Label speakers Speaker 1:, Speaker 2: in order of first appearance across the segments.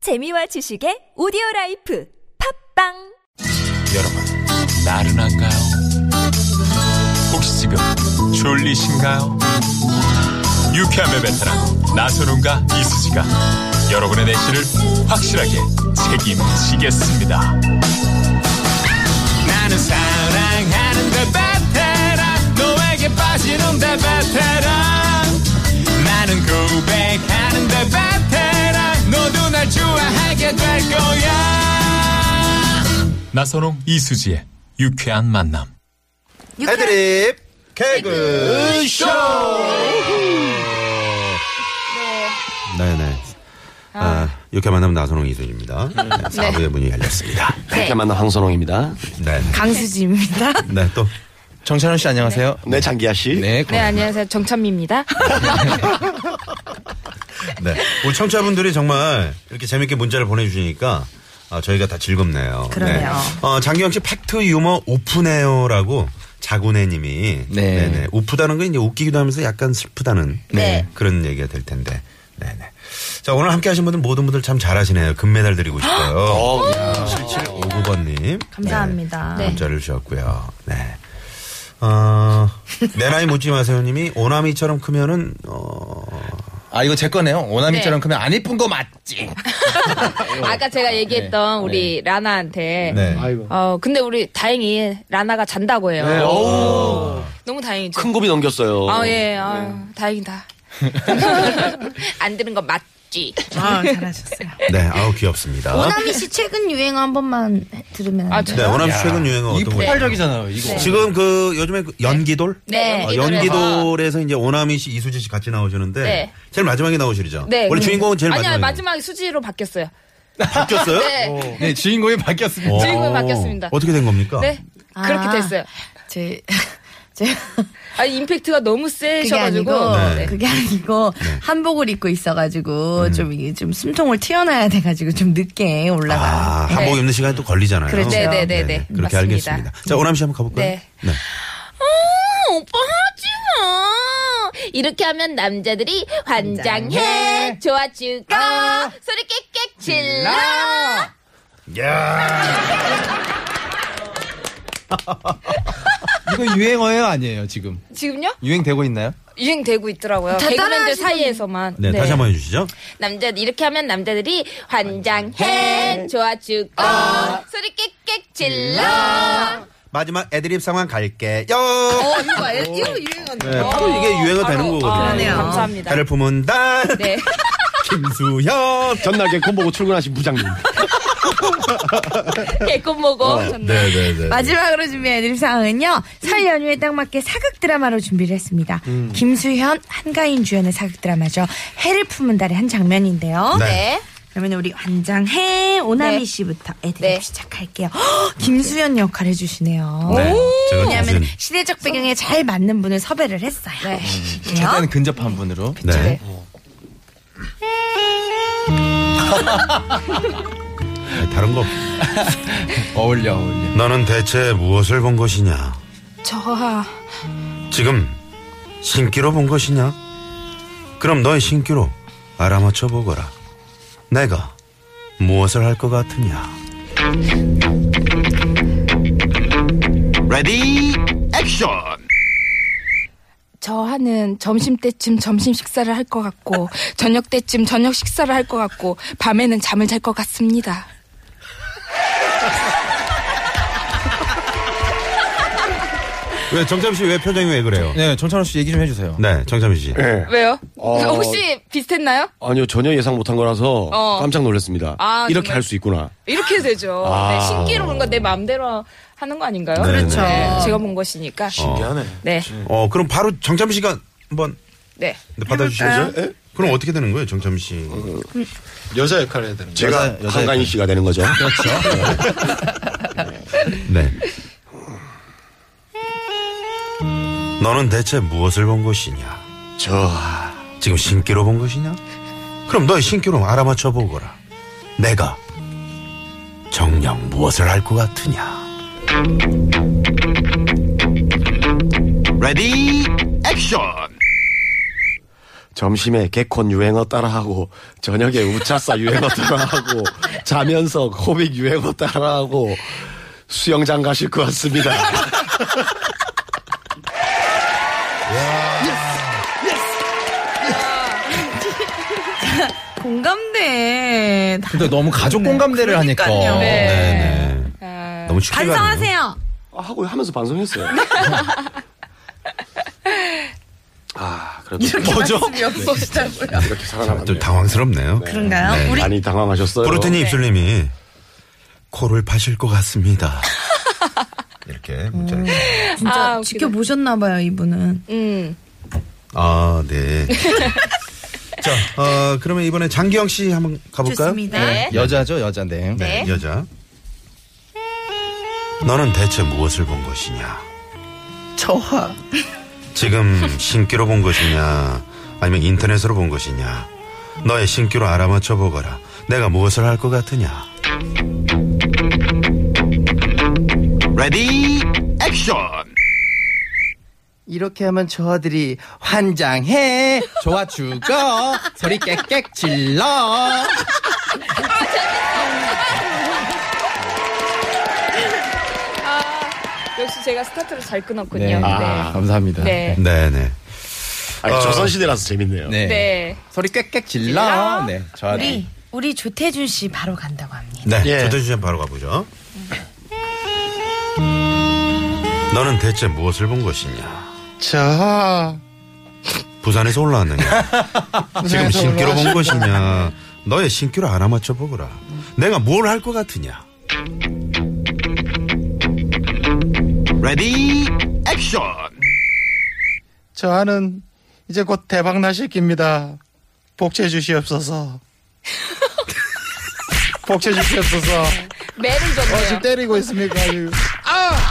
Speaker 1: 재미와 지식의 오디오 라이프 팝빵
Speaker 2: 여러분, 나른한가요? 혹시 지금 졸리신가요? 유쾌함의 베테랑 나선웅과 이수지가 여러분의 내실을 확실하게 책임지겠습니다. 나는 사랑하는데 베테랑 너에게 빠지는데 베테랑 나는 고백하는데 베테랑 너도 날 좋아하게 될 거야. 나선홍 이수지의 유쾌한 만남.
Speaker 3: 애드립 개그 쇼. 네네. 아, 이렇게 만나면 나선홍 이순입니다. 네,
Speaker 4: 음.
Speaker 3: 사부의 문이 열렸습니다.
Speaker 5: 함께 만난 황선홍입니다.
Speaker 3: 네.
Speaker 4: 강수지입니다.
Speaker 3: 네, 또
Speaker 6: 정찬원 씨 안녕하세요.
Speaker 5: 네, 장기하 씨.
Speaker 6: 네,
Speaker 4: 네, 안녕하세요. 정찬미입니다.
Speaker 3: 네. 우리 청취자분들이 정말 이렇게 재밌게 문자를 보내 주시니까 아, 저희가 다 즐겁네요.
Speaker 4: 그러네요.
Speaker 3: 어, 장기영 씨 팩트 유머 오프네요라고 자구네 님이
Speaker 6: 네.
Speaker 3: 네네. 오프다는 건 이제 웃기기도 하면서 약간 슬프다는
Speaker 4: 네.
Speaker 3: 그런 얘기가 될 텐데. 네네. 자, 오늘 함께 하신 분들 모든 분들 참 잘하시네요. 금메달 드리고 싶어요. 7759번님.
Speaker 4: 감사합니다. 네.
Speaker 3: 문자를 주셨고요. 네. 어, 내 나이 묻지 마세요 님이 오나미처럼 크면은, 어,
Speaker 6: 아 이거 제 거네요. 오나미처럼
Speaker 4: 네.
Speaker 6: 크면 안 이쁜 거 맞지?
Speaker 4: 아까 제가 얘기했던 우리 라나한테
Speaker 3: 네.
Speaker 4: 어 근데 우리 다행히 라나가 잔다고 해요.
Speaker 5: 오.
Speaker 4: 너무 다행이죠.
Speaker 5: 큰 곱이 넘겼어요.
Speaker 4: 아 예, 아유,
Speaker 3: 네.
Speaker 4: 다행이다. 안 되는 거 맞지.
Speaker 3: 네, 아우, 귀엽습니다.
Speaker 7: 오나미 씨 최근 유행어 한 번만 해- 들으면
Speaker 4: 아
Speaker 7: 안
Speaker 3: 네,
Speaker 4: 저요?
Speaker 3: 오나미 씨 최근 유행어
Speaker 6: 이
Speaker 3: 어떤 거예요?
Speaker 6: 폭발적이잖아요. 이거.
Speaker 3: 지금 그 요즘에 그 연기돌?
Speaker 4: 네,
Speaker 3: 어,
Speaker 4: 연기돌에서.
Speaker 3: 연기돌에서 이제 오나미 씨, 이수지 씨 같이 나오시는데
Speaker 4: 네.
Speaker 3: 제일 마지막에 나오시죠?
Speaker 4: 네,
Speaker 3: 원래
Speaker 4: 근데-
Speaker 3: 주인공은 제일 마지막에
Speaker 4: 아니야 마지막에 수지로 바뀌었어요.
Speaker 3: 바뀌었어요?
Speaker 4: 네,
Speaker 6: 네, 주인공이 바뀌었습니다.
Speaker 3: 오.
Speaker 4: 주인공이 바뀌었습니다.
Speaker 3: 어떻게 된 겁니까?
Speaker 4: 네 그렇게
Speaker 7: 아.
Speaker 4: 됐어요.
Speaker 7: 제, 제
Speaker 4: 아 임팩트가 너무
Speaker 7: 그게
Speaker 4: 세셔가지고
Speaker 7: 아니고
Speaker 3: 네. 음.
Speaker 7: 그게 아니고 한복을 입고 있어가지고 좀 이게 좀 숨통을 튀어나야 돼가지고 좀 늦게 올라가.
Speaker 3: 아, 한복
Speaker 4: 네.
Speaker 3: 입는 시간이 또 걸리잖아요.
Speaker 7: 그렇죠. 네, 네,
Speaker 4: 네, 네.
Speaker 3: 그렇게
Speaker 4: 맞습니다.
Speaker 3: 알겠습니다. 자, 오나미 씨 한번 가볼까요?
Speaker 4: 네. 어, 오빠 하지 마. 이렇게 하면 남자들이 환장해. 좋아 죽어. 소리 깨깨 질러.
Speaker 6: 이거 유행어예요, 아니에요, 지금?
Speaker 4: 지금요?
Speaker 6: 유행되고 있나요?
Speaker 4: 유행되고 있더라고요.
Speaker 7: 다
Speaker 4: 개그맨들
Speaker 7: 따라하시는-
Speaker 4: 사이에서만.
Speaker 3: 네, 다시 한번 해주시죠.
Speaker 4: 남자 이렇게 하면 남자들이 환장해. 좋아 죽어. 소리 깨깨 질러.
Speaker 3: 마지막 애드립 상황 갈게요.
Speaker 4: 어, 이거 이거 유행한데.
Speaker 3: 네, 바로 이게 유행어 되는 거거든요.
Speaker 7: 그러네요.
Speaker 4: 감사합니다.
Speaker 3: 해를 품은 달
Speaker 4: 네.
Speaker 3: 김수현.
Speaker 5: 전날에 곰 보고 출근하신 부장님.
Speaker 4: 개껌 먹어. 정말.
Speaker 3: 네네네.
Speaker 7: 마지막으로 준비한 드립 상황은요. 설 연휴에 딱 맞게 사극 드라마로 준비를 했습니다.
Speaker 3: 음.
Speaker 7: 김수현, 한가인 주연의 사극 드라마죠. 해를 품은 달의 한 장면인데요.
Speaker 4: 네.
Speaker 7: 그러면 우리 환장해 오나미
Speaker 4: 네.
Speaker 7: 씨부터 애드립
Speaker 4: 네.
Speaker 7: 시작할게요. 헉, 김수현 역할 해주시네요.
Speaker 3: 네. 제가
Speaker 7: 왜냐하면
Speaker 3: 무슨-
Speaker 7: 시대적 배경에 잘 맞는 분을 섭외를 했어요.
Speaker 4: 네.
Speaker 7: 어?
Speaker 6: 최대한 근접한 분으로.
Speaker 3: 네. 아니, 아, 다른 거. 없-
Speaker 6: 어울려, 어울려.
Speaker 3: 너는 대체 무엇을 본 것이냐?
Speaker 4: 저
Speaker 3: 지금 신기로 본 것이냐? 그럼 너의 신기로 알아맞혀 보거라. 내가 무엇을 할 것 같으냐?
Speaker 5: 레디 액션.
Speaker 4: 저 하는 점심 때쯤 점심 식사를 할 것 같고 저녁 때쯤 저녁 식사를 할 것 같고 밤에는 잠을 잘 것 같습니다.
Speaker 3: 왜 정참 씨 왜 표정이 왜 그래요?
Speaker 6: 네, 정찬원 씨 얘기 좀 해주세요.
Speaker 3: 네, 정참 씨.
Speaker 5: 네.
Speaker 4: 왜요?
Speaker 5: 어.
Speaker 4: 혹시 비슷했나요?
Speaker 5: 아니요, 전혀 예상 못한 거라서
Speaker 4: 어.
Speaker 5: 깜짝 놀랐습니다.
Speaker 4: 아,
Speaker 5: 이렇게
Speaker 4: 정말?
Speaker 5: 할 수 있구나.
Speaker 4: 이렇게 되죠.
Speaker 5: 아.
Speaker 4: 네, 신기로 뭔가 내 마음대로 하는 거 아닌가요?
Speaker 3: 네, 그렇죠.
Speaker 4: 네, 제가 본 것이니까.
Speaker 3: 신기하네.
Speaker 4: 네,
Speaker 3: 어, 그럼 바로 정참 씨가 한번
Speaker 4: 네.
Speaker 3: 받아주시죠. 그럼 어떻게 되는 거예요, 정참 씨?
Speaker 8: 여자 역할을 해야 되는 거예요.
Speaker 5: 제가 한가인 씨가 되는 거죠.
Speaker 3: 네. 너는 대체 무엇을 본 것이냐?
Speaker 8: 저
Speaker 3: 지금 신기로 본 것이냐? 그럼 너의 신기로 알아맞혀 보거라. 내가 정녕 무엇을 할 것 같으냐?
Speaker 5: 레디 액션. 점심에 개콘 유행어 따라하고 저녁에 우차사 유행어 따라하고 자면서 코빅 유행어 따라하고 수영장 가실 것 같습니다.
Speaker 9: 공감대. 다
Speaker 6: 근데 너무 가족 공감대를 하니까.
Speaker 9: 그러니까요.
Speaker 3: 네. 너무 쉽게 가네요.
Speaker 9: 반성하세요.
Speaker 5: 아, 하고 하면서 반성했어요. 아 그래도
Speaker 6: 뭐죠?
Speaker 9: 없어지다고요.
Speaker 5: 이렇게
Speaker 3: 좀
Speaker 5: 살아남았네요.
Speaker 3: 당황스럽네요.
Speaker 9: 그런가요?
Speaker 3: 네.
Speaker 9: 우리
Speaker 5: 많이 당황하셨어요.
Speaker 9: 네.
Speaker 3: 브루트니 입술님이 코를 파실 것 같습니다. 이렇게
Speaker 9: 음.
Speaker 3: 문자를.
Speaker 9: 진짜
Speaker 4: 아, 웃기다.
Speaker 9: 지켜보셨나봐요, 이분은.
Speaker 4: 음.
Speaker 3: 아, 네. 자, 어, 그러면 이번에 장기영 씨 한번 가볼까요?
Speaker 9: 좋습니다.
Speaker 6: 네. 여자죠, 여자인데.
Speaker 9: 네.
Speaker 3: 여자. 너는 대체 무엇을 본 것이냐?
Speaker 6: 저하.
Speaker 3: 지금 신기로 본 것이냐? 아니면 인터넷으로 본 것이냐? 너의 신기로 알아맞혀 보거라. 내가 무엇을 할 것 같으냐?
Speaker 5: 레디 액션.
Speaker 6: 이렇게 하면 저 아들이 환장해. 좋아 죽어. 소리 깨깨 질러.
Speaker 4: 역시 제가 스타트를 잘 끊었군요.
Speaker 5: 아.
Speaker 6: 감사합니다.
Speaker 4: 네.
Speaker 3: 네네.
Speaker 5: 아니, 조선 시대라서 재밌네요.
Speaker 6: 네.
Speaker 4: 네.
Speaker 6: 소리 꽥꽥 질러. 네. 저 아들.
Speaker 7: 우리 우리 조태준 씨 바로 간다고 합니다.
Speaker 3: 네,
Speaker 5: 예.
Speaker 3: 조태준 씨 바로 가보죠. 너는 대체 무엇을 본 것이냐?
Speaker 8: 자,
Speaker 3: 부산에서 올라왔느냐? 지금 신기로 본 것이냐? 너의 신기로 알아맞혀 보거라. 내가 뭘 할 것 같으냐?
Speaker 5: 레디 액션.
Speaker 8: 저 하는 이제 곧 대박 나실 깁니다. 복채 주시옵소서. 복채 주시옵소서.
Speaker 4: 매를
Speaker 8: 어,
Speaker 4: 줬네요.
Speaker 8: 지금 때리고 있습니까? 아유.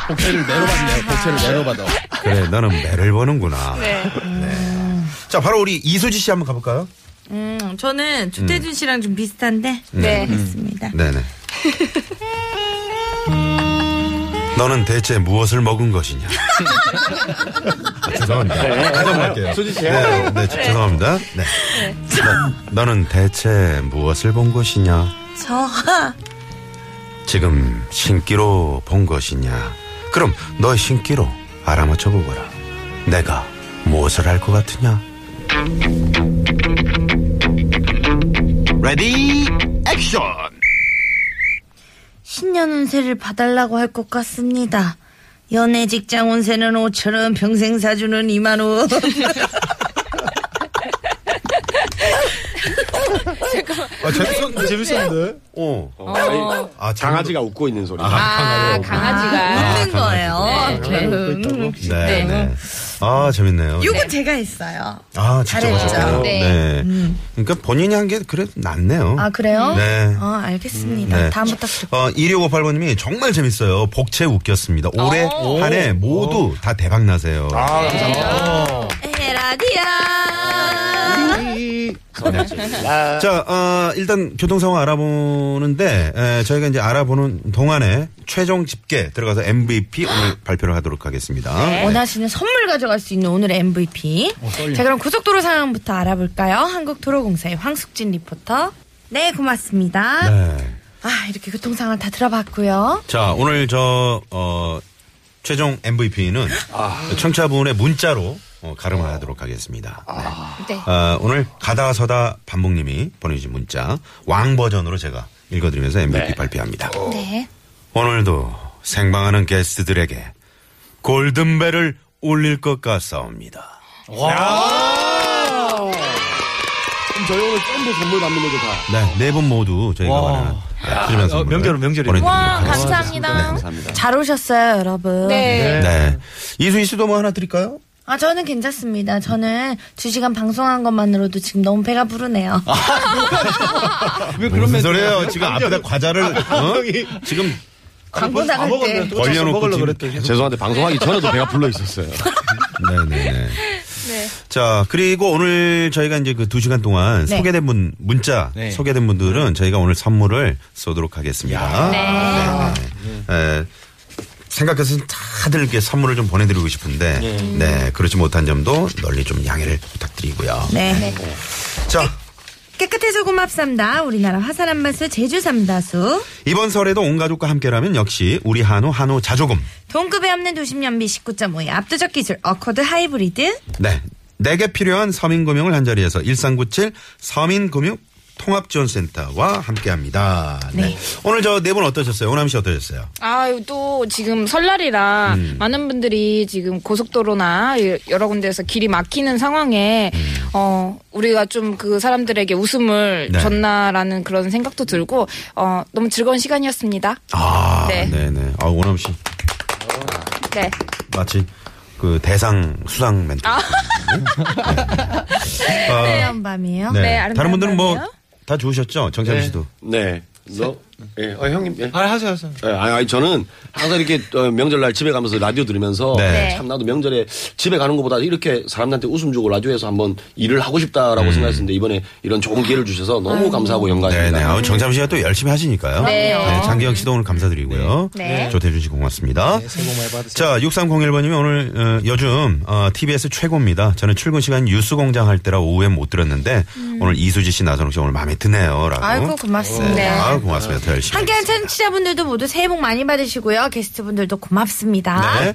Speaker 6: 복채를 내려봤네요. 복채를 내려받아.
Speaker 3: 그래, 너는 매를 보는구나. 네. 자, 바로 우리 이수지 씨 한번 가볼까요?
Speaker 9: 음, 저는 조태준 씨랑 좀 비슷한데. 음.
Speaker 4: 네.
Speaker 9: 있습니다.
Speaker 3: 네네. 너는 대체 무엇을 먹은 것이냐? 아, 죄송합니다. 가져갈게요.
Speaker 5: 수지 씨.
Speaker 3: 네, 네, 죄송합니다. 네. 너, 너는 대체 무엇을 본 것이냐?
Speaker 9: 저,
Speaker 3: 지금 신기로 본 것이냐? 그럼 너의 신기로 알아맞혀 보거라. 내가 무엇을 할 것 같으냐?
Speaker 5: 레디 액션.
Speaker 9: 신년 운세를 봐달라고 할 것 같습니다. 연애 직장 운세는 5천원, 평생 사주는 2만원.
Speaker 3: 아, 재밌었는데?
Speaker 8: 재밌었는데?
Speaker 3: 어.
Speaker 5: 아니,
Speaker 3: 아,
Speaker 5: 강아지가 웃고 있는 소리.
Speaker 4: 아, 강아지가.
Speaker 9: 웃는 거예요.
Speaker 3: 네, 네. 아, 재밌네요.
Speaker 9: 이건 제가 했어요.
Speaker 3: 아, 직접
Speaker 9: 잘해요.
Speaker 3: 하셨군요.
Speaker 4: 네.
Speaker 3: 네. 그러니까 본인이 한 게 그래 낫네요.
Speaker 9: 음. 아, 그래요?
Speaker 3: 네.
Speaker 9: 어, 알겠습니다.
Speaker 3: 네.
Speaker 9: 다음부터
Speaker 3: 어, 2658번님이 정말 재밌어요. 복채 웃겼습니다. 올해
Speaker 9: 어.
Speaker 3: 한 해 모두 다 대박 나세요.
Speaker 9: 아. 에라디아.
Speaker 3: 자, 어, 일단 교통 상황 알아보는데 에, 저희가 이제 알아보는 동안에 최종 집계 들어가서 MVP 오늘 발표를 하도록 하겠습니다. 네.
Speaker 7: 원하시는 선물 가져갈 수 있는 오늘의 MVP.
Speaker 3: 어,
Speaker 7: 자 그럼 고속도로 상황부터 알아볼까요? 한국도로공사의 황숙진 리포터.
Speaker 9: 네, 고맙습니다.
Speaker 3: 네.
Speaker 7: 아 이렇게 교통 상황 다 들어봤고요.
Speaker 3: 자, 오늘 저 어, 최종 MVP는
Speaker 6: 아.
Speaker 3: 청취자분의 문자로 어, 가름하도록 하겠습니다. 네.
Speaker 6: 아.
Speaker 4: 네.
Speaker 3: 어, 오늘 가다 서다 반복님이 보내주신 문자 왕 버전으로 제가 읽어드리면서 MVP 발표합니다.
Speaker 4: 네.
Speaker 3: 오늘도 생방하는 게스트들에게 골든벨을 울릴 것 같사옵니다.
Speaker 5: 그럼 저희 오늘 전부 선물 받는 거죠 다.
Speaker 3: 네, 네 분 모두 저희가
Speaker 6: 와.
Speaker 3: 원하는 아, 푸짐한
Speaker 6: 어,
Speaker 3: 선물을
Speaker 6: 명절은 명절이네.
Speaker 3: 보내드리도록
Speaker 4: 와,
Speaker 3: 하겠습니다.
Speaker 4: 감사합니다.
Speaker 5: 감사합니다.
Speaker 9: 잘 오셨어요, 여러분.
Speaker 4: 네.
Speaker 3: 네. 이수희 씨도 뭐 하나 드릴까요?
Speaker 9: 아, 저는 괜찮습니다. 저는 두시간 방송한 것만으로도 지금 너무 배가 부르네요.
Speaker 6: 왜
Speaker 3: 무슨 소리예요? 지금 앞에다 과자를
Speaker 6: 아,
Speaker 3: 어? 지금
Speaker 9: 광고 나갈 때.
Speaker 3: 벌려놓고
Speaker 6: 네, 먹으려고
Speaker 3: 지금
Speaker 6: 그랬더니.
Speaker 5: 죄송한데 방송하기 전에도 배가 불러 있었어요.
Speaker 3: 네네네. 자, 그리고 오늘 저희가 이제 그 두 시간 동안 소개된 분, 문자
Speaker 6: 네.
Speaker 3: 소개된 분들은 저희가 오늘 선물을 쏘도록 하겠습니다. 네. 네. 에, 생각해서 다들 이렇게 선물을 좀 보내드리고 싶은데 네 그렇지 못한 점도 널리 좀 양해를 부탁드리고요.
Speaker 9: 네.
Speaker 3: 자
Speaker 7: 깨끗해서 고맙습니다. 우리나라 화산 한마수 제주 삼다수.
Speaker 3: 이번 설에도 온 가족과 함께라면 역시 우리 한우 한우 자조금
Speaker 7: 동급에 없는 도심연비 19.5의 압도적 기술 어코드 하이브리드.
Speaker 3: 네. 내게 필요한 서민금융을 한 자리에서 1397 서민금융 통합지원센터와 함께합니다. 네. 오늘 저 네 분 어떠셨어요? 오남 씨 어떠셨어요?
Speaker 10: 아유 또 지금 설날이라
Speaker 3: 음.
Speaker 10: 많은 분들이 지금 고속도로나 여러 군데에서 길이 막히는 상황에 어 우리가 좀 그 사람들에게 웃음을
Speaker 3: 음. 네.
Speaker 10: 줬나라는 그런 생각도 들고 어 너무 즐거운 시간이었습니다.
Speaker 3: 아,
Speaker 10: 네.
Speaker 3: 네, 네. 아, 오남 씨
Speaker 10: 네.
Speaker 3: 마치 그 대상 수상 멘트.
Speaker 10: 아.
Speaker 3: 네. 아,
Speaker 7: 밤이에요.
Speaker 3: 네.
Speaker 10: 네, 아름다운
Speaker 3: 다른 분들은 뭐
Speaker 10: 밤이요.
Speaker 3: 다 좋으셨죠? 정찬 씨도.
Speaker 5: 네. 너, 예, 어, 형님, 예.
Speaker 6: 아, 하세요, 하세요.
Speaker 5: 예, 아니, 아니, 저는 항상 이렇게 어, 명절날 집에 가면서 라디오 들으면서
Speaker 3: 네.
Speaker 5: 참 나도 명절에 집에 가는 것보다 이렇게 사람들한테 웃음 주고 라디오에서 한번 일을 하고 싶다라고 생각했었는데 이번에 이런 좋은 기회를 주셔서 너무 감사하고
Speaker 3: 네, 네.
Speaker 5: 영광입니다.
Speaker 3: 아, 정찬 씨가 또 열심히 하시니까요.
Speaker 10: 네.
Speaker 3: 장기영 씨도 오늘 감사드리고요.
Speaker 10: 네.
Speaker 3: 조태준 씨 고맙습니다.
Speaker 6: 네, 새해 복 많이 받으세요.
Speaker 3: 자, 6301번님이 오늘 어, 요즘 어, TBS 최고입니다. 저는 출근 시간 뉴스 공장 할 때라 오후에 못 들었는데 오늘 이수지 씨, 나선홍 씨 오늘 마음에 드네요라고.
Speaker 7: 음. 아이고
Speaker 3: 네.
Speaker 7: 고맙습니다.
Speaker 3: 아유, 고맙습니다. 더 열심히.
Speaker 7: 함께한 청취자분들도 모두 새해 복 많이 받으시고요. 게스트분들도 고맙습니다.
Speaker 3: 네.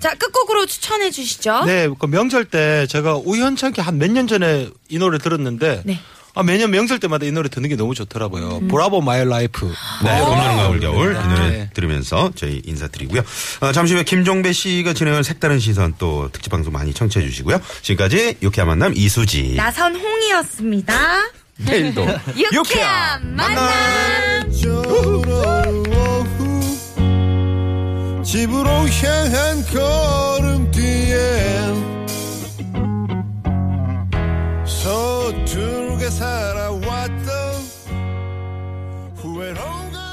Speaker 7: 자 끝곡으로 추천해 주시죠.
Speaker 8: 네, 그 명절 때 제가 우연찮게 한 몇 년 전에 이 노래 들었는데
Speaker 7: 네.
Speaker 8: 아, 매년 명절 때마다 이 노래 듣는 게 너무 좋더라고요. 브라보 마이 라이프.
Speaker 3: 네, 봄여름과 올겨울 이 노래
Speaker 8: 네.
Speaker 3: 들으면서 저희 인사드리고요. 어, 잠시 후에 김종배 씨가 진행할 색다른 시선 또 특집 방송 많이 청취해 주시고요. 지금까지 유쾌한 만남 이수지.
Speaker 7: 나선 홍이었습니다.
Speaker 5: 내일도.
Speaker 7: 유쾌한 만남.
Speaker 2: 집으로 향한 걸음 뒤에 서툴게 살아왔던 후회로운 걸